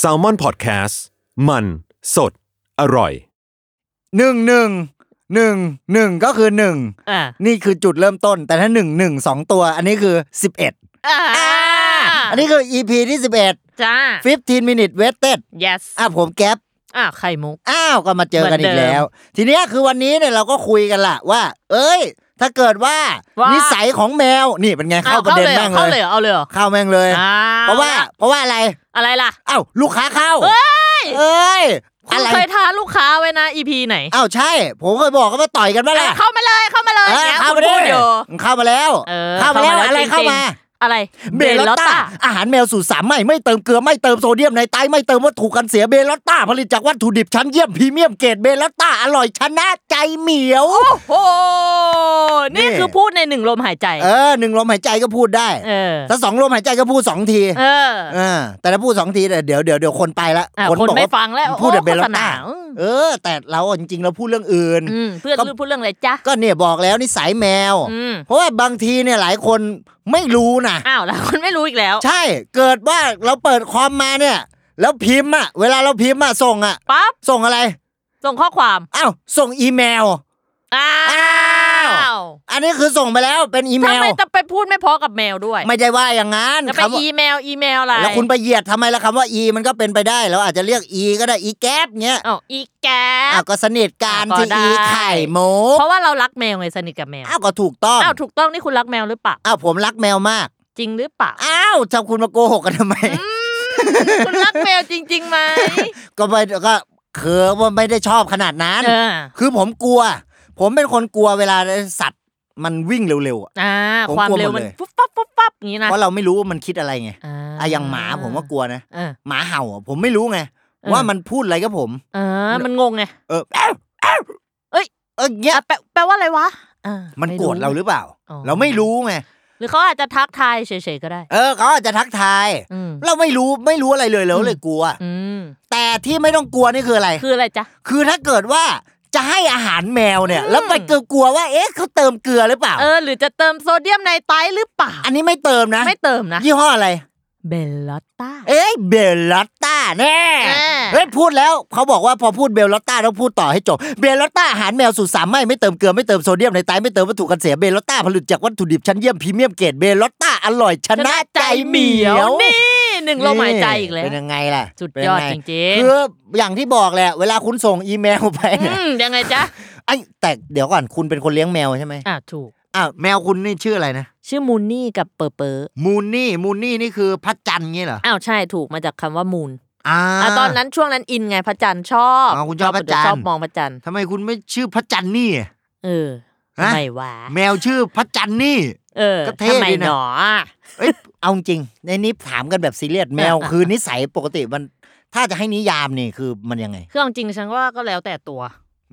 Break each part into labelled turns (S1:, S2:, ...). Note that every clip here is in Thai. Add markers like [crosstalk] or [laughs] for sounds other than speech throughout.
S1: s a l ม o n PODCAST มันสดอร่อย
S2: หนึ่งหนึ่งหนึ่งหนึ่งก็คือหนึ่ง
S3: อ่า
S2: นี่คือจุดเริ่มต้น แต่ถ้าหนึ่งหนึ่งสองตัว อันนี้คือสิบเอ็ด
S3: อ่า
S2: อันนี้คือ EP ที่สิบเอ็ด
S3: จ้า
S2: 15 minute wasted
S3: yes
S2: อ่ะผมแก๊ป
S3: อ่าไข่มุก
S2: อ้าวก็มาเจอกัน
S3: เหมื
S2: อี
S3: อน
S2: ก
S3: เดิม
S2: แล้ว ทีเนี้ยคือวันนี้เนี่ยเราก็คุยกันล่ะว่า เอ้ย ถ้าเกิดว่า
S3: ว่านิ
S2: นิสัยของแมวนี่เป็นไงเข้าประเด็นแม่ง
S3: เข้า
S2: เล
S3: เลยยเหรอเข้าเลยเหรอ
S2: เข้าแม่งเลย
S3: อ่
S2: เพราะว่าเพราะว่าอะไร
S3: อะไรล่ะ
S2: อ้าวลูกค้าเข้า
S3: เอ้ย
S2: เอ้ย
S3: คุ
S2: อะ
S3: ณ
S2: ไร
S3: เคยท้าลูกค้าไว้นะ EP ไหน
S2: อ้าวใช่ ผมเคยบอกก็มาต่อยกันบ้างล่ะ
S3: เข้ามาเลยเข้ามาเลยอย่างเงี้ย
S2: เข้า
S3: คุณ
S2: มา
S3: พูด
S2: ดิ
S3: อยู่
S2: เข้ามาแล้ว
S3: เออ
S2: เข้ามาแล้วอะไร
S3: จงๆ
S2: เข้ามา
S3: อะไร
S2: เบลอตตาอาหารแมวสูตรสามไม่ไม่เติมเกลือไม่เติมโซเดียมในไตไม่เติมวัตถุกันเสียเบลอตตาผลิตจากวัตถุดิบชั้นเยี่ยมพรีเมียมเกรดเบลอตตาอร่อยชนะใจเหมียว
S3: โอ้โหนี่
S2: นี่
S3: คือพูดในหนึ่งลมหายใจ
S2: เออหนึ่งลมหายใจก็พูดได้
S3: เออ
S2: ถ้าสองลมหายใจก็พูดสองที
S3: เออ
S2: เออแต่ถ้าพูดสองทีเนี่ยเดี๋ยวเดี๋ยวเดี๋ยวคนไปละ
S3: อ่ะคน
S2: บอก
S3: ไม่
S2: ว่า
S3: ฟังแล้ว
S2: พูดแต่
S3: โอ้โฆษณ
S2: เบลอต้า
S3: อืม
S2: เออ แต่เราอ่ะจริงๆเราพูดเรื่องอื่น
S3: อืมเพื่อน
S2: ก็
S3: รู้พูดเรื่องอะไรจ๊ะ
S2: ก็เนี่ยบอกแล้วนิสัยแมว
S3: อืม
S2: เพราะว่าบางทีเนี่ยหลายคนไม่รู้นะ
S3: อ้าวแล้ว [laughs] คุณไม่รู้อีกแล้ว
S2: ใช่ เกิดว่าเราเปิดคอมมาเนี่ย แล้วพิมพ์อะเวลาเราพิมพ์อะส่งอะ
S3: ปั๊บ
S2: ส่งอะไร
S3: ส่งข้อความ
S2: อ้าว ส่งอีเมล
S3: อ้า
S2: อ้าว
S3: ว
S2: อันนี้คือส่งไปแล้วเป็นอีเมล
S3: ทำไมจะไปพูดไม่เพอกับแมวด้วย
S2: ไม่ได้ว่าอย่างนั้น
S3: จะไป
S2: คำว่า
S3: อีเมลอีเมลอะไร
S2: แล้วคุณไปเหยียดทำไมล่ะคำว่าอีมันก็เป็นไปได้เราอาจจะเรียกอีก็ได้อีแก๊บเงี้ย
S3: อ้าวอีแก
S2: อ้าวก็สนิทกัน
S3: ก็
S2: ที่
S3: ได้
S2: อีไข่หมู
S3: เพราะว่าเรารักแมวไงสนิทกับแมว
S2: อ้าวก็ถูกต้อง
S3: อ้าวถูกต้องนี่คุณรักแมวหรือเปล่า
S2: อ้าวผมรักแมวมาก
S3: จริงหรือเปล่า
S2: อ้าวชาวคุณมาโกหกกันทำไม
S3: คุณรักแมวจริงๆไหม
S2: ก็ไปก็คือว่าไม่ได้ชอบขนาดนั้น
S3: เออ
S2: คือผมกลัว ผมเป็นคนกลัวเวลาสัตว์มันวิ่งเร็วๆอะ
S3: อ่า
S2: ผม
S3: ความ
S2: กลัว
S3: เร็วมัน
S2: หมดเลย
S3: ฟุบฟับฟุบฟับอย่างนี้นะ
S2: เพราะเราไม่รู้ว่ามันคิดอะไรไง
S3: อ่า
S2: อะอย่างหมาผมก็กลัวนะ
S3: เออ
S2: หมาเห่าอะผมไม่รู้ไง
S3: เออ
S2: ว่ามันพูดอะไรกับผม
S3: เออมันงงไง
S2: เออแอ้วแอ้วเออเงี้ย
S3: อ่ะแปลแปลว่าอะไรวะอ่า
S2: มัน
S3: ไ
S2: โกรธเราหรือเปล่า
S3: อ๋อ
S2: เราไม่รู้ไง
S3: หรือเขาอาจจะทักทายเฉยๆก็ได้
S2: เออเขาอาจจะทักทาย
S3: อืม
S2: เราไม่รู้ไม่รู้อะไรเลยเรา
S3: อืม
S2: เลยกลัว
S3: อืม
S2: แต่ที่ไม่ต้องกลัวนี่คืออะไร
S3: คืออะไรจ๊ะ
S2: คือถ้าเกิดว่าจะให้อาหารแมวเนี่ย แล้วไปเกลัวๆว่าเอ๊ะเขาเติมเกลือหรือเปล่า
S3: เออ หรือจะเติมโซเดียมในไตหรือเปล่า
S2: อันนี้ไม่เติมนะ
S3: ไม่เติมนะ
S2: ยี่ห้ออะไร
S3: เบลลอตตา
S2: เอ้ยเบลลอตตาแน่
S3: อ่า
S2: เฮ้ยพูดแล้วเขาบอกว่าพอพูดเบลลอตตาต้องพูดต่อให้จบเบลลอตตาอาหารแมวสูตรสามไม่ไม่เติมเกลือไม่เติมโซเดียมในไตไม่เติมวัตถุกันเสียเบลลอตตาผลิตจากวัตถุดิบชั้นเยี่ยมพรีเมียมเกรดเบลลอตตาอร่อยชนะใจเหมียว
S3: นี่หนึ่งลมหายใจอีกแล้ว
S2: เป็นยังไงล่ะ
S3: สุดยอดจ
S2: เป็นไ
S3: ริง
S2: คืออย่างที่บอกแหละเวลาคุณส่งอีเมลไป
S3: ๆ
S2: เนี่ย
S3: อืมยังไงจ๊ะ
S2: ไอ้แต่เดี๋ยวก่อนคุณเป็นคนเลี้ยงแมวใช่ไหม
S3: อ่ะถูก
S2: อ้าวแมวคุณนี่ชื่ออะไรนะ
S3: ชื่อมูนนี่กับเปอร์เปอร์
S2: มูนนี่มูนนี่นี่คือพระจันทร์งี้เหรอ
S3: อ้าวใช่ถูกมาจากคำว่ามูน
S2: อ่า
S3: อ่ะตอนนั้นช่วงนั้นอินไงพระจันทร์ชอบ
S2: อ๋อคุณชอบพระจันทร์
S3: ชอบมองพระจันทร์
S2: ทำไมคุณไม่ชื่อพระจันทร์นี่
S3: เออ
S2: ฮะ
S3: ทำไมวะ
S2: แมวชื่อพระจันทร์นี่
S3: เออ
S2: ก็เท่
S3: ทำไม
S2: ดีนะ
S3: หนอ
S2: เอ้ย [laughs] เอาจริง ในนี้ถามกันแบบซีเรียสแมว
S3: อ่ะ
S2: คือนิสัยปกติมัน ถ้าจะให้นิยามนี่คือมันยังไง
S3: เครื่องจริงฉันว่าก็แล้วแต่ตัว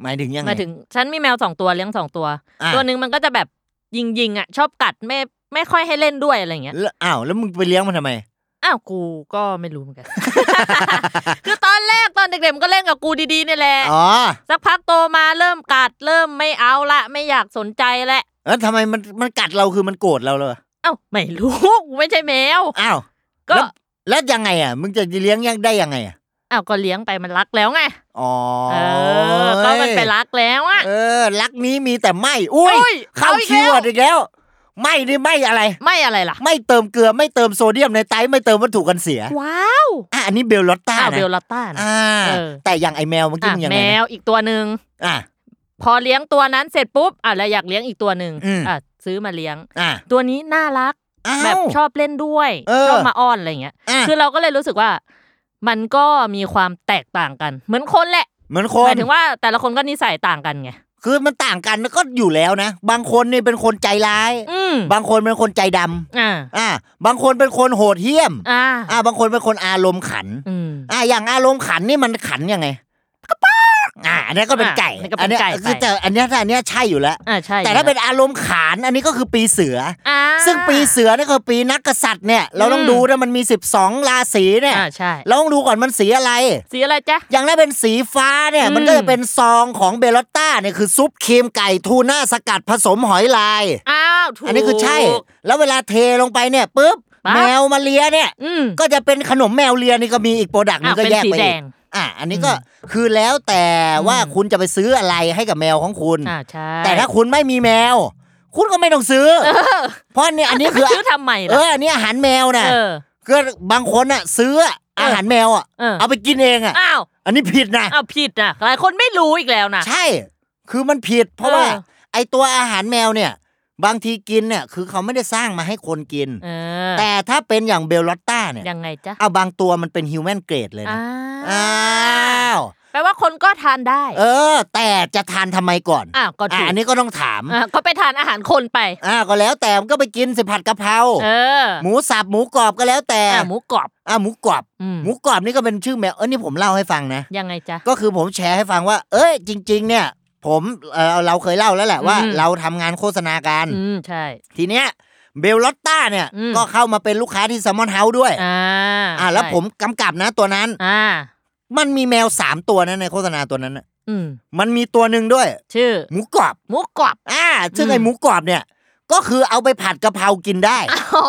S2: หมายถึงยัง
S3: ห
S2: ไง
S3: มายถึงฉันมีแมวสองตัวเลี้ยงสองตัว
S2: อ่ะ
S3: ตัวหนึ่งมันก็จะแบบยิงยิงๆอ่ะชอบกัดไม่ไม่ค่อยให้เล่นด้วยอะไรอย่างเงี้ย
S2: แล้วอ้าวแล้วมึงไปเลี้ยงมันทำไม
S3: อ้าวกูก็ไม่รู้เหมือนกัน [laughs] คือตอนแรกตอนเด็กๆมันก็เล่นกับกูดีๆนี่แหละ
S2: อ๋อ
S3: สักพักโตมาเริ่มกัดเริ่มไม่เอาละไม่อยากสนใจและ
S2: แล้วทำไมมันมันกัดเราคือมันโกรธเราเลย
S3: เอ้าไม่รู้ กูไม่ใช่แมว
S2: อ้าว
S3: ก็
S2: แล้วแล้วยังไงอ่ะ มึงจะเลี้ยงยังได้ยังไงอ่ะ
S3: อ้าวก็เลี้ยงไปมันรักแล้วไง
S2: อ๋อ
S3: เออ ก็มันไปรักแล้วอ่ะ
S2: เออ รักนี้มีแต่ไม่ อุ้ย
S3: อุ้ย
S2: เข้า
S3: เอาอีก
S2: คีย์เวิร์ด
S3: แล้ว
S2: อีกแล้ว ไม่นี่ไม่อะไร
S3: ไม่อะไรล่ะ
S2: ไม่เติมเกลือไม่เติมโซเดียมในไตไม่เติมวัตถุกันเสีย
S3: ว้าว
S2: อ่ะอันนี้เบลลอตตา
S3: อ้าว
S2: นะ
S3: เบลลาต้านะ
S2: อ่า
S3: เออ
S2: แต่อย่างไอแมวเมื่อกี้
S3: อ่ะ
S2: มันยัง
S3: แม
S2: ไงนะ
S3: วอีกตัวหนึ่ง
S2: อ่ะ
S3: พอเลี้ยงตัวนั้นเสร็จปุ๊บอ่ะแล้วอยากเลี้ยงอีกตัวหนึ่ง
S2: อืม
S3: อ่ะซื้อมาเลี้ยง
S2: อ่ะ
S3: ตัวนี้น่ารัก
S2: อ้าว
S3: แบบชอบเล่นด้วย
S2: เออ
S3: ชอบมาอ้อนอะไรอย่างเงี้ย
S2: อ่ะ
S3: คือเราก็เลยรู้สึกว่า มันก็มีความแตกต่างกัน เหมือนคนแหละ
S2: เหมือนคน
S3: หมายถึงว่าแต่ละคนก็นิสัยต่างกันไง
S2: คือมันต่างกันก็อยู่แล้วนะ บางคนนี่เป็นคนใจร้าย
S3: อืม
S2: บางคนเป็นคนใจดำ
S3: อ่า
S2: อ่ะบางคนเป็นคนโหดเหี้ยม
S3: อ่า
S2: อ่ะบางคนเป็นคนอารมณ์ขัน
S3: อืม
S2: อ่ะอย่างอารมณ์ขันนี่มันขันยังไงกระปากอ่ะอันนี้ก็เป็นไก่
S3: อ่ะอันนี้ก็เป็นไก่
S2: อันนี้คือ
S3: ไป
S2: แต่อันเนี้ยแต่อันเนี้ยใช่อยู่แล้ว
S3: อ่าใช่
S2: แต่ถ้าเป็นอารมณ์ขันอันนี้ก็คือปีเสืออ
S3: อ่า
S2: ซึ่งปีเสือนี่คือปีนักกษัตริย์เนี่ย เราต้อง
S3: อืม
S2: ดูนะมันมี 12 ราศีเนี่ย
S3: อ่าใช่
S2: เราต้องดูก่อนมันสีอะไร
S3: สีอะไรจ๊ะ
S2: อย่างถ้าเป็นสีฟ้าเนี่ย
S3: อืม
S2: มันก็จะเป็นซองของเบลลอตต้าเนี่ยคือซุปครีมไก่ทูน่าสกัดผสมหอยลาย
S3: อ้าวถูก
S2: อั
S3: อั
S2: นนี้คือใช่ แล้วเวลาเทลงไปเนี่ยปุ๊บ
S3: ปั๊
S2: แม
S3: บ
S2: วมาเลียเนี่ย
S3: อืม
S2: ก็จะเป็นขนมแมวเลียนี่ก็มีอีกโปรดักต์นึ
S3: อ่ะ
S2: งก็
S3: เป็น
S2: แยก
S3: สี
S2: ไป
S3: แด
S2: อีก
S3: ง
S2: อ่ะอันนี้ก็คือแล้วแต่ว่า
S3: อืม
S2: คุณจะไปซื้ออะไรให้กับแมวของคุณ
S3: อ่าใช่
S2: แต่ถ้าคุณไม่มีแมว คุณก็ไม่ต้องซื้อ เพราะเนี่ยอันนี้คือ
S3: ซื้อทำไม
S2: เอ
S3: ล่ะ
S2: ออันนี้อาหารแมวน่ะ
S3: เออ
S2: ก็บางคนอ่ะ ซื้ออาหารแมวอ่ะ
S3: เออ
S2: เอาไปกินเองอ่ะ
S3: อ้าว
S2: อันนี้ผิดนะ
S3: อ้าวผิดนะหลายคนไม่รู้อีกแล้วนะ
S2: ใช่ คือมันผิด เพราะว่า
S3: เออ
S2: ไอตัวอาหารแมวเนี่ย บางทีกินเนี่ย คือเขาไม่ได้สร้างมาให้คนกิน
S3: เออ
S2: แต่ถ้าเป็นอย่างเบลลอตต้าเนี่ย
S3: ยังไงจ๊ะ
S2: เอาบางตัวมันเป็นฮิวแมนเกรดเลยนะ
S3: อ้า
S2: อ้าว ว
S3: แปลว่าคนก็ทานได้
S2: เออ แต่จะทานทำไมก่อน
S3: อ้าวก็
S2: อ่ะ
S3: ถูก
S2: อันนี้ก็ต้องถาม
S3: อ่ะก็ไปทานอาหารคนไป
S2: อ่าก็แล้วแต่มันก็ไปกินสิผัดกะเพรา
S3: เออ
S2: หมูสับหมูกรอบก็แล้วแต่
S3: อ่ะหมูกรอบ
S2: อ่าหมูกรอบ
S3: อืม
S2: หมูกรอบนี่ก็เป็นชื่อแมวเออนี่ผมเล่าให้ฟังนะ
S3: ยังไงจ๊ะ
S2: ก็คือผมแชร์ให้ฟังว่า เอ้ยจริง ๆ เนี่ย ผมเอ่อเราเคยเล่าแล้วแหละว่า
S3: อืม
S2: เราทำงานโฆษณากัน
S3: อืมใช่
S2: ทีเนี้ยเบลลอตต้าเนี่ย
S3: อืม
S2: ก็เข้ามาเป็นลูกค้าที่แซมมอนเฮาส์ด้วย
S3: อ่า
S2: อ่าแล้ว
S3: ใช่
S2: ผมกำกับนะตัวนั้น
S3: อ่า
S2: มันมีแมวสามตัวนะในโฆษณาตัวนั้นน่ะ
S3: อืม
S2: มันมีตัวหนึ่งด้วย
S3: ชื่อ
S2: หมูกรอบ
S3: หมูกรอบ [laughs]
S2: อ่าซึ่ง
S3: อืม
S2: ไอหมูกรอบเนี่ย ก็คือเอาไปผัดกะเพรากินได้
S3: อ๋อ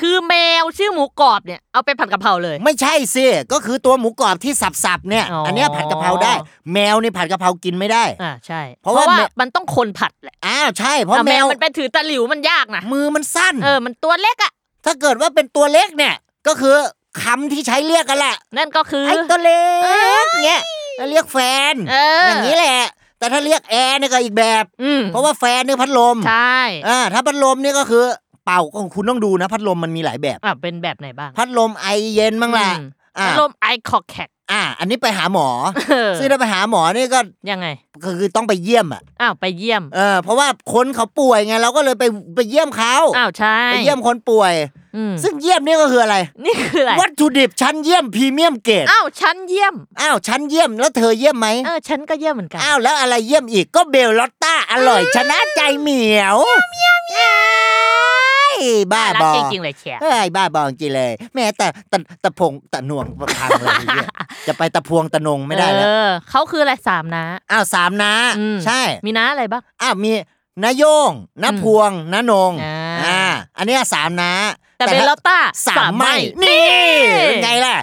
S3: คือแมวชื่อหมูกรอบเนี่ยเอาไปผัดกะเพราเลย
S2: ไม่ใช่สิก็คือตัวหมูกรอบที่สับๆเนี่ย
S3: อ๋ออั
S2: อันเนี้ยผัดกะเพราได้ แมวนี่ผัดกะเพรากินไม่ได้
S3: อ่าใช่ เพ
S2: เพราะ
S3: ราะ
S2: ว่า
S3: ว่า
S2: แมว
S3: มันต้องคนผัดแหละ
S2: อ้าวใช่เพราะ
S3: อ่ะ
S2: แมว
S3: มันไปถือตะหลิวมันยากนะ
S2: มือมันสั้น
S3: เออมันตัวเล็กอ่ะ
S2: ถ้าเกิดว่าเป็นตัวเล็กเนี่ยก็คือคำที่ใช้เรียกกันแหละ
S3: นั่นก็คือ
S2: ไอ้ตัวเล็
S3: เอ้
S2: กเนี่ยแล้วเรียกแฟน
S3: เอออ
S2: ย่างนี้แหละ แต่ถ้าเรียกแอร์เนี่ยก็อีกแบบ
S3: อืม
S2: เพราะว่าแฟนเนี่ยพัดลม
S3: ใช่
S2: อ่าถ้าพัดลมเนี่ยก็คือเป่าของคุณต้องดูนะ พัดลมมันมีหลายแบบ
S3: อ่ะเป็นแบบไหนบ้าง
S2: พัดลมไอเย็นบ้างล่ะ
S3: อืม
S2: อ่า
S3: พัดลมไอคอแคก
S2: อ่า อันนี้ไปหาหมอซึ่งถ้าไปหาหมอนี่ก็
S3: ยังไง
S2: ก็คือต้องไปเยี่ยมอ่ะ
S3: อ้าวไปเยี่ยม
S2: เออเพราะว่าคนเขาป่วยไงเราก็เลยไปไปเยี่ยมเขา
S3: อ้าวใช่
S2: ไปเยี่ยมคนป่วย
S3: อืม
S2: ซึ่งเยี่ยมนี่ก็คืออะไร
S3: นี่คืออะไร
S2: วัตถุดิบชั้นเยี่ยมพรีเมียมเกรด
S3: อ้าวฉันเยี่ยม
S2: อ้าวฉันเยี่ยมแล้วเธอเยี่ยมไหม
S3: เออฉันก็เยี่ยมเหมือนกัน
S2: อ้าวแล้วอะไรเยี่ยมอีกก็เบลลอตต้าอร่อยชนะใจเหมียวเยี่ยมเยี่ยมบ้า
S3: รัก
S2: บอ
S3: จริงๆเลยแชร์
S2: เฮ้ยบ้าบอจริงเลยแหม่แต่ตะตะพงตะหน่วงพังเลยไอ้เหี้ย
S3: [laughs]
S2: จะไปตะพวงตะนงไม่ได้แล้ว
S3: เออเขาคืออะไรสามนะ
S2: อ้าวสามนะ
S3: อืม
S2: ใช่
S3: มีน้าอะไรบ้าง
S2: อ้าวมีนาโยงนาพวงนานง
S3: อ่า
S2: อ่าอันเนี้ยสามนะ
S3: แต่เบลลอตต้า
S2: สามไม่ นี่เป็นไงล่ะ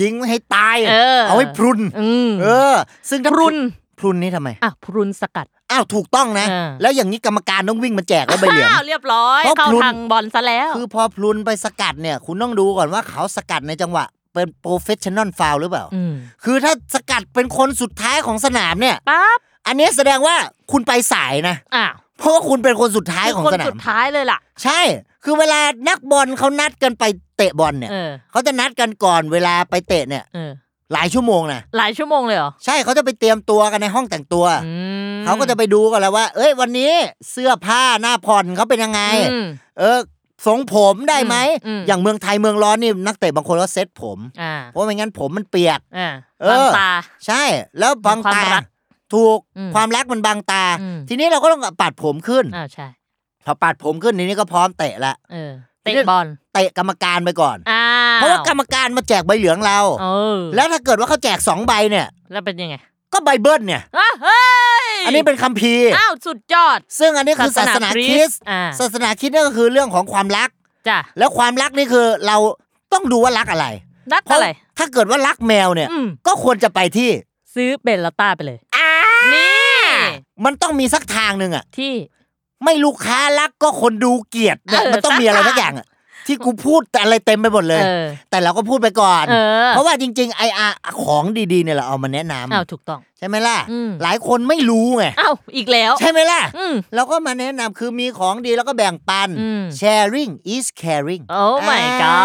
S2: ยิงไม่ให้ตาย
S3: เออ
S2: เอาให้พรุน
S3: อืม
S2: เออ ซึ่งถ้า
S3: พรุน
S2: พรุนนี่ทำไม
S3: อ่ะพรุนสกัด
S2: อ้าวถูกต้องนะ
S3: เออ
S2: แล้วอย่างนี้กรรมการต้องวิ่งมาแจกแล้วใบเหลือง
S3: อ้าวเรียบร้อย
S2: เพราะ
S3: เข้า
S2: พรุน
S3: ทางบอลซะแล้ว
S2: คือพอพลุนไปสกัดเนี่ย คุณต้องดูก่อนว่าเขาสกัดในจังหวะ เป็นโปรเฟชชั่นอลฟาวหรือเปล่า
S3: อืม
S2: คือถ้าสกัดเป็นคนสุดท้ายของสนามเนี่ย
S3: ปั๊บ
S2: อันนี้แสดงว่าคุณไปสายนะ
S3: อ้าว
S2: เพราะว่าคุณเป็นคนสุดท้ายของ
S3: คน
S2: สนา
S3: สุ
S2: ม
S3: ดท้ายเลยล่ะ
S2: ใช่ คือเวลานักบอลเขานัดกันไปเตะบอลเนี่ย
S3: เออ
S2: เขาจะนัดกันก่อนเวลาไปเตะเนี่ย
S3: เออ
S2: หลายชั่วโมงนะ
S3: หลายชั่วโมงเลยเหรอ
S2: ใช่เขาจะไปเตรียมตัวกันในห้องแต่งตัว
S3: อืม
S2: เขาก็จะไปดูกันแล้วว่า เอ้ยวันนี้เสื้อผ้าหน้าผ่อนเขาเป็นยังไง
S3: อืม
S2: เออทรงผมได้ไหม
S3: อืมอืม
S2: อย่างเมืองไทยเมืองร้อนนี่นักเตะบางคนก็เซ็ตผม
S3: อ่า
S2: เพราะไม่งั้นผมมันเปียก
S3: อ่า
S2: เออ
S3: บางตา
S2: ใช่ แล้วบาง
S3: ความ
S2: ตา
S3: รัก
S2: ถูก
S3: อืม
S2: ความรักมันบางตา
S3: อืม
S2: ทีนี้เราก็ต้องปัดผมขึ้น
S3: อ่าใช่
S2: พอปัดผมขึ้นทีนี้ก็พร้อมเตะละ
S3: เออ
S2: ที
S3: เตะ
S2: นี้
S3: บอล
S2: เตะกรรมการไปก่อน
S3: อ้าว
S2: เพราะว่ากรรมการมาแจกใบเหลืองเรา
S3: เออ
S2: แล้วถ้าเกิดว่าเขาแจกสองใบเนี่ย
S3: แล้วเป็นยังไง
S2: ก็ใบเบิ้ลเนี่ย
S3: อ้าวเฮ้ย
S2: อันนี้เป็นคัมภีร์
S3: อ้าวสุดยอด
S2: ซึ่งอันนี้คือศาสนาคริสต์
S3: อ่า
S2: ศาสนาคริสต์นั่นก็คือเรื่องของความรัก
S3: จ้ะ
S2: แล้วความรักนี่คือเราต้องดูว่ารักอะไร
S3: รัก
S2: เพา
S3: อะไร
S2: ถ้าเกิดว่ารักแมวเนี่ย
S3: อืม
S2: ก็ควรจะไปที่
S3: ซื้อเบลลาต้าไปเลย
S2: อ่า
S3: นี่
S2: มันต้องมีสักทางหนึ่งอะ
S3: ที่
S2: ไม่ลูกค้ารักก็คนดูเกลียดเนี่ย
S3: เออ
S2: มันต้องมีอะไร
S3: สั
S2: สั
S3: ก
S2: กอย่
S3: อา
S2: ย่าง งอะที่กูพูดแต่อะไรเต็มไปหมดเลย
S3: เออ
S2: แต่เราก็พูดไปก่อน
S3: เออ
S2: เพราะว่าจริงๆไออาของดีๆเนี่ยเราเอามาแนะน
S3: อ้าวถูกต้อง
S2: ำใช่ไหมล่ะ
S3: อืม
S2: หลายคนไม่รู้ไง
S3: อ้าวอีกแล้ว
S2: ใช่ไหมล่ะ
S3: อืม
S2: เราก็มาแนะนำคือมีของดีแล้วก็แบ่งปัน
S3: อืม
S2: sharing is caring
S3: โอ้ my
S2: อ่า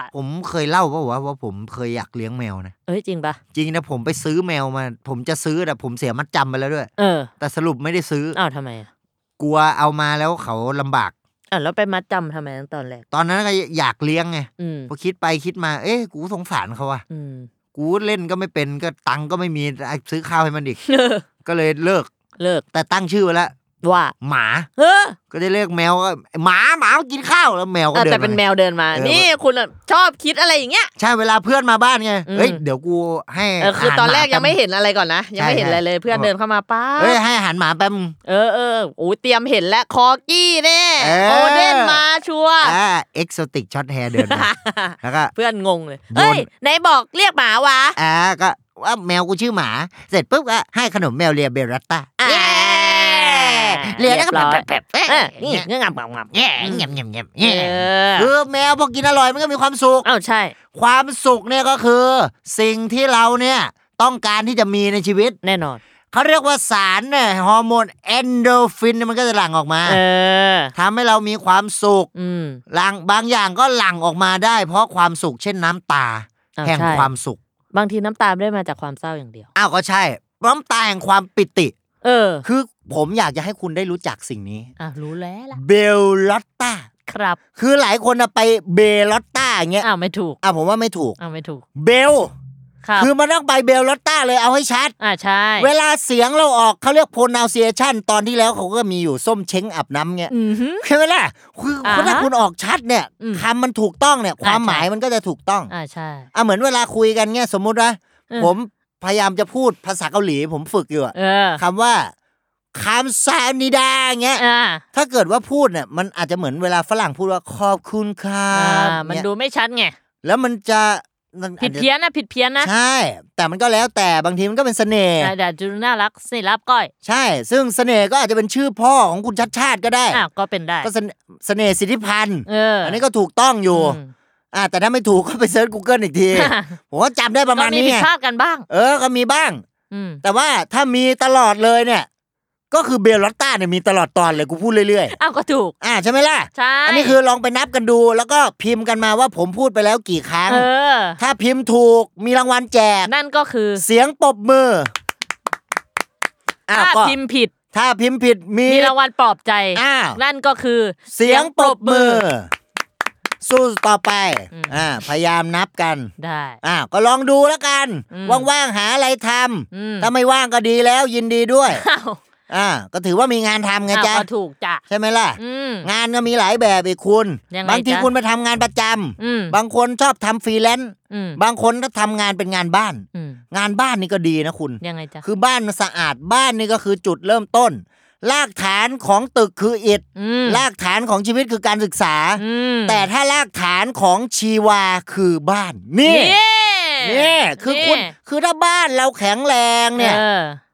S3: god
S2: ผมเคยเล่าป่าวะว่าผมเคยอยากเลี้ยงแมวนะ
S3: เอ้ยจริงปะ
S2: จริงนะผมไปซื้อแมวมา ผมจะซื้อแต่ผมเสียมัดจำไปแล้วด้วย
S3: เออ
S2: แต่สรุปไม่ได้ซื้อ
S3: อ้าวทำไมอ่ะ
S2: กลัวเอามาแล้วเขาลำบาก
S3: อ้าวแล้วไปมัดจำทำไมตั้งตอนแรก
S2: ตอนนั้นก็อยากเลี้ยงไง
S3: อืม
S2: พอคิดไปคิดมา เอ๊ะกูสงสารเขาอะ
S3: อืม
S2: กูเล่นก็ไม่เป็นก็ตังค์ก็ไม่มีไอ้ซื้อข้าวให้มันอีก
S3: เออ
S2: ก็เลยเลิก
S3: เลิก
S2: แต่ตั้งชื่อไว้แล้ว
S3: ว่า
S2: หมา
S3: เออ
S2: ก็จะเรียกแมวก็หมาหมามันกินข้าวแล้วแมวก็
S3: เออ
S2: เดิน
S3: แต่เป็น
S2: มา
S3: แมวเดินมา
S2: เออ
S3: นี่คุณอะชอบคิดอะไรอย่างเงี้ย
S2: ใช่เวลาเพื่อนมาบ้านไง
S3: อืม
S2: เฮ้ยเดี๋ยวกูให้
S3: เออคืออา
S2: หา
S3: ตอนแรก
S2: หา
S3: ยังไม่เห็นอะไรก่อนนะ ยังไม่เห็นอะไรเลยเพื่อนเดินเข้ามาป้าบ
S2: เอ้ยให้อาหารหมาแป๊บ
S3: เออเออโอ้ยเตรียมเห็นแล้วคอกี้แน่
S2: เออ
S3: โอเดนมาชัวร์
S2: อ่าเอ็กโซติกช็อตแฮร์เดินมาแล้วก็
S3: เพื่อนงงเลย
S2: โยน
S3: เอ้ยไหนบอกเรียกหมาวะ
S2: อ่าก็ว่าแมวกูชื่อหมา เสร็จปุ๊บก็ให้ขนมแมวเลียเบรัตตา
S3: อ่า
S2: เลียแล้วก็
S3: รีบร้อ
S2: แผล
S3: ย
S2: บแผลบแผลบ
S3: เอ
S2: เอ๊ะ
S3: อนี่เงี้ยงับงับงับ
S2: แย่เงียบเงียบเงียบ
S3: เอ
S2: แย่
S3: อ
S2: คือแมวพอกินอร่อยมันก็มีความสุข
S3: เอ้าใช่
S2: ความสุขเนี่ยก็คือ สิ่งที่เราเนี่ยต้องการที่จะมีในชีวิต
S3: แน่นอน
S2: เขาเรียกว่าสารเนี่ยฮอร์โมนเอนโดฟินเนี่ยมันก็จะหลั่งออกมา
S3: เออ
S2: ทำให้เรามีความสุข
S3: อืม
S2: หลังบางอย่างก็หลั่งออกมาได้ เพราะความสุขเช่นน้ำตา
S3: อ่า
S2: แห่ง
S3: ใช่
S2: ความสุข
S3: บางทีน้ำตาไม่ได้มาจากความเศร้าอย่างเดียว
S2: อ้าวก็ใช่น้ำตาแห่งความปิติ
S3: เออ
S2: คือผมอยากจะให้คุณได้รู้จักสิ่งนี้
S3: อ่ะรู้แล้วล่ะ
S2: เบลลอตตา
S3: ครับ
S2: คือหลายคนนะไปเบลลอตตาอย่างเงี้ย
S3: อ้าวไม่ถูก
S2: อ่ะผมว่าไม่ถูก
S3: อ้าวไม่ถูก
S2: เบล
S3: ครับ
S2: คือมันต้องไปเบลลอตตาเลยเอาให้ชัด
S3: อ่าใช่
S2: เวลาเสียงเราออกเขาเรียก pronunciation ตอนที่แล้วเขาก็มีอยู่ส้มเช้งอาบน้ำเงี้ย
S3: อือฮึ
S2: ใช่ไหมล่ะคือ
S3: อ่าฮะ
S2: ถ้าคุณออกชัดเนี่ย
S3: อืม
S2: คำมันถูกต้องเนี่ย ความ
S3: อ่าใช่
S2: หมายมันก็จะถูกต้อง
S3: อ่าใช่
S2: อ่ะเหมือนเวลาคุยกันเงี้ยสมมุติว่า
S3: เออ
S2: ผมพยายามจะพูดภาษาเกาหลีผมฝึกอยู่อะ
S3: เออ
S2: คำว่าคำซานิดาเงี้ย
S3: อ่า
S2: ถ้าเกิดว่าพูดเนี่ยมันอาจจะเหมือนเวลาฝรั่งพูดว่าขอบคุณครั
S3: อ่า
S2: บ
S3: มัน
S2: เนี่ย
S3: ดูไม่ชัดไง
S2: แล้วมันจะมัน
S3: ผิ
S2: อาจ
S3: ด
S2: จะ
S3: เพี้ยนนะผิดเพี้ยนนะ
S2: ใช่ แต่มันก็แล้วแต่บางทีมันก็เป็นเสน่ห์
S3: อ่าแต่ดูน่ารักสิรับก้อย
S2: ใช่ ซึ่งเสน่ห์ก็อาจจะเป็นชื่อพ่อของคุณชัดชาติก็ได้
S3: อ่าก็เป็นได้
S2: ก็เสนเสน่ห์สิทธิพันธ์
S3: เอออั
S2: นนี้ก็ถูกต้องอยู่อ่าแต่ถ้าไม่ถูกก็ไปเซิร์ช Google อีก
S3: [laughs]
S2: ทีผมว่าจำได้ประมาณนี้
S3: ก็ผิ
S2: ไง
S3: ดพลาดกันบ้าง
S2: เออก็มีบ้าง
S3: อืม
S2: แต่ว่าถ้ามีตลอดเลยเนี่ย ก็คือเบลลอตตาเนี่ยมีตลอดตอนเลยกูพูดเรื่อย
S3: อ้าวก็ถูก
S2: ๆอ่าใช่ไหมล่ะ
S3: ใช่
S2: อั
S3: อั
S2: นนี้คือลองไปนับกันดูแล้วก็พิมพ์กันมาว่าผมพูดไปแล้วกี่ครั้ง
S3: เออ
S2: ถ้าพิมพ์ถูกมีรางวัลแจก
S3: นั่นก็คือ
S2: เสียงปรบมืออ้าว
S3: ถ้า
S2: ก็
S3: พิมพ์ผิด
S2: ถ้าพิมพ์ผิดมี
S3: มีรางวัลปลอบใจ
S2: อ้าว
S3: นั่นก็คือ
S2: เสียงปรบมือ สู้ต่อไป
S3: อืม
S2: อ่าพยายามนับกัน
S3: ได้
S2: อ้าวก็ลองดูแล้วกัน
S3: อืม
S2: ว่างๆหาอะไรท
S3: อืม
S2: ำถ้าไม่ว่างก็ดีแล้วยินดี
S3: [laughs]
S2: ด้วย
S3: อ้าว
S2: อ่าก็ถือว่ามีงานทำไง
S3: อ้าว
S2: จ๊ะ
S3: ก็ถูกจ้ะ
S2: ใช่ไหมล่ะ
S3: อืม
S2: งานก็มีหลายแบบอีกคุณ
S3: ยังไง
S2: บางที
S3: จ๊ะ
S2: คุณไปทำงานประจำ
S3: อืม
S2: บางคนชอบทำฟรีแลนซ์
S3: อืม
S2: บางคนก็ทำงานเป็นงานบ้าน
S3: อืม
S2: งานบ้านนี่ก็ดีนะคุณ
S3: ยังไงจ๊ะ
S2: คือบ้านมันสะอาด บ้านนี่ก็คือจุดเริ่มต้น รากฐานของตึกคืออิฐ
S3: อืม
S2: รากฐานของชีวิตคือการศึกษา
S3: อืม
S2: แต่ถ้ารากฐานของชีวาคือบ้าน นี่
S3: นี่
S2: นี่ คือคุณ คือถ้าบ้านเราแข็งแรงเนี่ย
S3: อ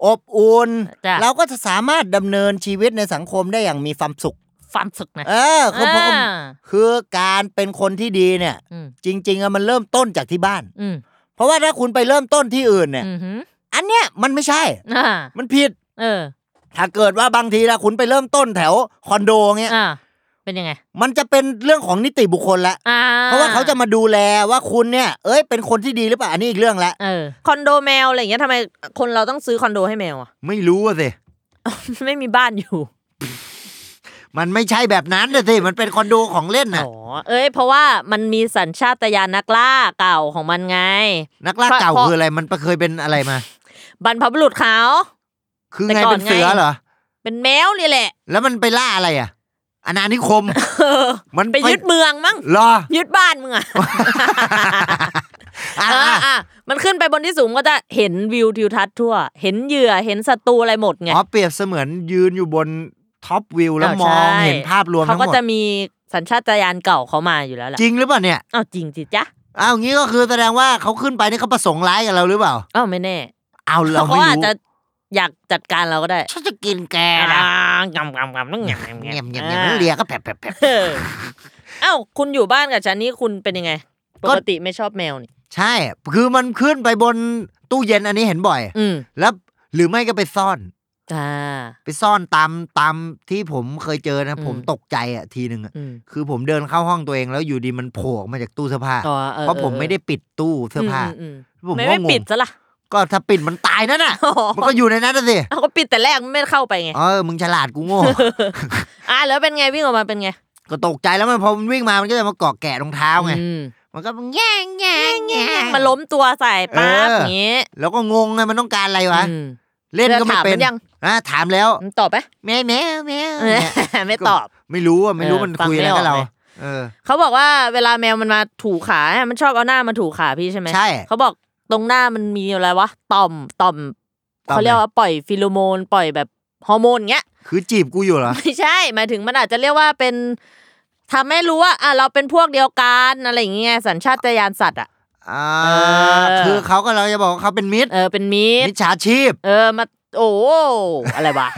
S3: อ
S2: อบอุ่น
S3: จ้ะ
S2: เราก็จะสามารถดำเนินชีวิตในสังคมได้อย่างมีความสุข
S3: ความสุขนะ
S2: เออ คือผม
S3: อ่า
S2: คือการเป็นคนที่ดีเนี่ย
S3: อืม
S2: จริง ๆอะมันเริ่มต้นจากที่บ้าน
S3: อืม
S2: เพราะว่าถ้าคุณไปเริ่มต้นที่อื่นเนี่ย
S3: อืมหือ
S2: อันเนี้ยมันไม่ใช่
S3: อ่า
S2: มันผิด
S3: เออ
S2: ถ้าเกิดว่าบางทีละคุณไปเริ่มต้นแถวคอนโดเงี้ย
S3: อ่าเป็นยังไง
S2: มันจะเป็นเรื่องของนิติบุคคลละ
S3: อ่า
S2: เพราะว่าเขาจะมาดูแลว่าคุณเนี่ย เอ้ย เป็นคนที่ดีหรือเปล่า อันนี้อีกเรื่องละ
S3: เออคอนโดแมวอะไรอย่างเงี้ยทำไมคนเราต้องซื้อคอนโดให้แมวอ่ะ [laughs]
S2: ไม่รู้อะสิ
S3: ไม่มีบ้านอยู่
S2: มันไม่ใช่แบบนั้นนะสิ มันเป็นคอนโดของเล่นน่ะ
S3: อ๋อเอ้ยเพราะว่ามันมีสัญชาตญาณนักล่าเก่าของมันไง
S2: นักล่าเก่า
S3: เพราะ
S2: คืออะไร มันเคยเป็นอะไรมา
S3: บรรพบุรุษเขา
S2: คือ
S3: แต่
S2: ไง
S3: ก่อน
S2: เป็นเสือ
S3: ไง
S2: เหรอ
S3: เป็นแมวนี่แหละ [laughs]
S2: แล้วมันไปล่าอะไรอ่ะอาณานิคม
S3: เออ
S2: มัน
S3: ไปยึดเมืองมั้ง
S2: เหรอ
S3: ยึดบ้านมึงอะ [laughs]
S2: อ่ะ
S3: เออ
S2: อ่ะ
S3: อ่ะมันขึ้นไปบนที่สูงก็จะเห็นวิวทิวทัศน์ทั่ว เห็นเหยื่อเห็นศัตรูอะไรหมดไง
S2: อ๋อเปรียบเสมือนยืนอยู่บนท็อปวิวแล้ว
S3: าว
S2: มอง
S3: ใช่
S2: เห็นภาพรวม
S3: เขา
S2: ทั้ง
S3: ก็
S2: หมด
S3: จะมีสัญชาตญาณเก่าเขามาอยู่แล้วแหละ
S2: จริงหรือเปล่าเนี่ย
S3: อ้าวจริงจิจ๊ะ
S2: อ้าวงี้ก็คือแสดงว่าเขาขึ้นไปนี่เขาประสงค์ร้ายกับเราหรือเปล่า
S3: อ้าวไม่แน่
S2: เอาเรา
S3: เขา
S2: ไม่
S3: อาจ
S2: รู้
S3: จะอยากจัดการเราก็ได้
S2: ฉันจะกินแก
S3: อ่า
S2: นะ
S3: งำงำงำนั่งงำงำ
S2: เงียบ
S3: งำ
S2: เงียบเงียบแล้วเลียก็แผลบแผลบแผลบ
S3: เอออ้าวคุณอยู่บ้านกับฉันนี่คุณเป็นยังไง ป
S2: ก็
S3: กติไม่ชอบแมวนี่
S2: ใช่ คือมันขึ้นไปบนตู้เย็นอันนี้เห็นบ่อย
S3: อืม
S2: แล้วหรือไม่ก็ไปซ่อน
S3: อ่า
S2: ไปซ่อนตามตามที่ผมเคยเจอนะ
S3: อืม
S2: ผมตกใจอ่ะทีหนึ่งอะ
S3: อืม
S2: คือผมเดินเข้าห้องตัวเองแล้วอยู่ดีมันโผล่ออกมาจากตู้เสื้อผ้า
S3: อ๋อออ
S2: เพราะผมไม่ได้ปิดตู้เสื้อผ้า
S3: มอืม
S2: ผ
S3: อื
S2: ม
S3: มไม่
S2: ก็
S3: ไม่
S2: ง
S3: ปิด
S2: ง
S3: ซะละ
S2: ก็ถ้าปิดมันตายนั่นน่ะ
S3: อ๋อ
S2: มันก็อยู่ในนั้นน่ะสิ
S3: เอาก็ปิดแต่แรกไม่เข้าไปไง
S2: เออ มึงฉลาดกูโง่
S3: อ่ะแล้วเป็นไงวิ่งออกมาเป็นไง
S2: ก็ตกใจแล้วมันพอมันวิ่งมา มันก็จะมาเกาะแกะรองเท้าไง
S3: อืม
S2: มันก็แง่งแง่งแง่ง
S3: มาล้มตัวใส่ปั๊บ
S2: เอออ
S3: อย่างงี้
S2: แล้วก็งงไงมันต้องการอะไรวะ
S3: อืม
S2: เล่นก็ไม่
S3: ธอถา
S2: เป็น
S3: ยัง
S2: อ่ะถามแล้ว
S3: มึงตอบไหม
S2: แมวแมวแมวเนี่ย
S3: [laughs] ไม่ตอบ
S2: ไม่รู้อ่ะไม่รู้
S3: เออ
S2: มันคุยอะไร
S3: ฟังไม่ออก
S2: กับเรา
S3: เลย
S2: เออ
S3: เขาบอกว่าเวลาแมวมันมาถูขาอะมันชอบเอาหน้ามาถูขาพี่ใช่ไหม
S2: ใช่
S3: เขาบอกตรงหน้ามันมีอะไรวะต่อมต่อม
S2: ต่อม
S3: เขาเรียกว่าปล่อยฟิโลโมน ปล่อยแบบฮอร์โมนเงี้ย
S2: คือจีบกูอยู่เหรอ
S3: [laughs] ไม่ใช่ หมายถึงมันอาจจะเรียกว่าเป็นทำให้รู้ว่าอ่ะเราเป็นพวกเดียวกันอะไรอย่างเงี้ยสัญชาตญาณสัตว์อ่ะ
S2: อ่า
S3: เออ
S2: คือเขาก็เราจะบอกว่าเขาเป็นมิตร
S3: เออเป็นมิต
S2: มิ
S3: ร
S2: จฉาชีพ
S3: เออมาโอ้โหอะไร
S2: [laughs]
S3: วะ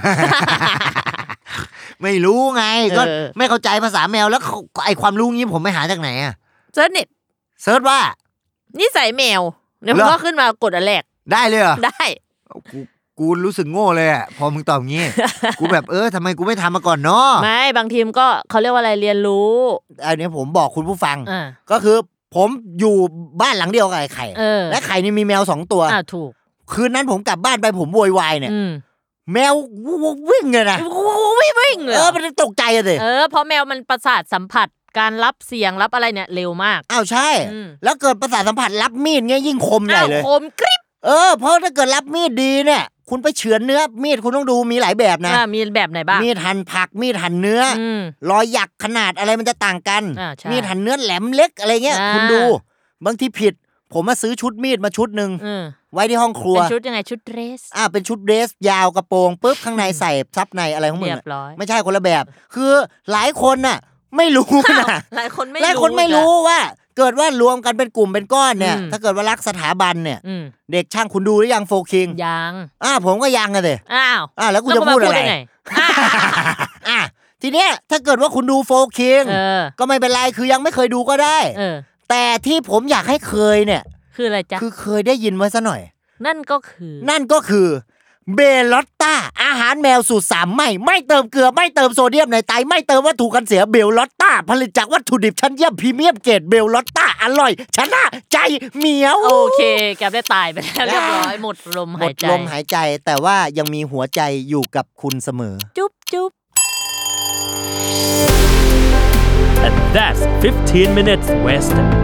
S2: ไม่รู้ไง ก็
S3: เออ
S2: ไม่เข้าใจภาษาแมวแล้วเขาไอความรู้งี้ผมไปหาจากไหนอ่ะ
S3: เซิร์ชเนี่ย
S2: เซิร์ชว่า
S3: นิสัยแมวเดี๋ยวมัน
S2: เหรอ
S3: ก็ขึ้นมากดอันแรก
S2: ได้เลยเหรอ
S3: ได้
S2: กูกูรู้สึกโง่เลยอ่ะพอมึงตอบงี้ กูแบบเออทำไมกูไม่ทำมาก่อนเนาะ
S3: ไม่บางทีมนก็เขาเรียกว่าอะไรเรียนรู้
S2: อันนี้ผมบอกคุณผู้ฟัง
S3: อ่า
S2: ก็คือผมอยู่บ้านหลังเดียวกับไอ้ไข่
S3: เออ
S2: และไข่นี่มีแมวสองตัว
S3: อ่าถูก
S2: คืนนั้นผมกลับบ้านไปผมโวยวายเนี่ย
S3: อืม
S2: แมววิ่งเลยนะ
S3: วิ่งวิ่งเล
S2: เอย อ มันตกใจอะสิ
S3: เออเพราะแมวมันประสาทสัมผัสการรับเสียงรับอะไรเนี่ยเร็วมาก
S2: อ้าวใช่
S3: อืม
S2: แล้วเกิดประสาทสัมผัสรับมีดเงี้ยยิ่งคมใหญ่เลย
S3: อ้าวคมกริบ
S2: เออ เพราะถ้าเกิดรับมีดดีเนี่ย คุณไปเฉือนเนื้อ มีดคุณต้องดูมีหลายแบบนะ
S3: อ่ามีแบบไหนบ้าง
S2: มีดหั่นผัก มีดหั่นเนื้ออ
S3: อืม
S2: รอยหยักขนาดอะไรมันจะต่างกัน
S3: อ่าใช่
S2: มีดหั่นเนื้อแหลมเล็กอะไรเงี้ย
S3: อ่า
S2: คุณดู บางทีผิด ผมมาซื้อชุดมีดมาชุดหนึ่ง
S3: อืม
S2: ไว้ที่ห้องครัว
S3: เป็นชุดยังไงชุดเดรส
S2: อ่าเป็นชุดเดรส ยาวกระโปรงปุ๊บข้างในใส่ซับในอะไรของมึ
S3: เรี
S2: ง
S3: ย
S2: อะ
S3: บร้อย
S2: ไม่ใช่คนละแบบ คือหลายคนน่ะ ไม่รู้นะ
S3: หลายคนไม่
S2: หลายคนไม่รู้ว่า เกิดว่ารวมกันเป็นกลุ่มเป็นก้อนเนี่ย
S3: อืม
S2: ถ้าเกิดว่ารักสถาบันเนี่ย
S3: อืม
S2: เด็กช่างคุณดูหรือยังโฟคิง
S3: ยัง
S2: อ่าผมก็ยังอะเด
S3: อ้าว
S2: อ่าแล้วกูจะพูดอะไร
S3: แล้วกูมาด้ง
S2: อ่ะทีเนี้ยถ้าเกิดว่าคุณดูโฟคิง
S3: เออ
S2: ก็ไม่เป็นไรคือยังไม่เคยดูก็ได้
S3: เออ
S2: แต่ที่ผมอยากให้เคยเนี่ย
S3: คืออะไรจ๊ะ
S2: คือเคยได้ยินไว้ซะหน่อย
S3: นั่นก็คือ
S2: นั่นก็คือเบลอตตาอาหารแมวสูตรสามไม่ ไม่เติมเกลือไม่เติมโซเดียมในไตไม่เติมวัตถุกันเสียเบลอตตาผลิตจากวัตถุดิบชั้นเยี่ยมพรีเมียมเกรดเบลอตตาอร่อย ชนะใจเหมียว
S3: โอเคแกได้ตายไปแล้วเรียบร้อยหมดลม
S2: หม
S3: หาย
S2: ด
S3: ใจ
S2: ลมหายใจแต่ว่ายังมีหัวใจอยู่กับคุณเสมอ
S3: จุ๊บจุ๊บ
S4: And that's 15 minutes west.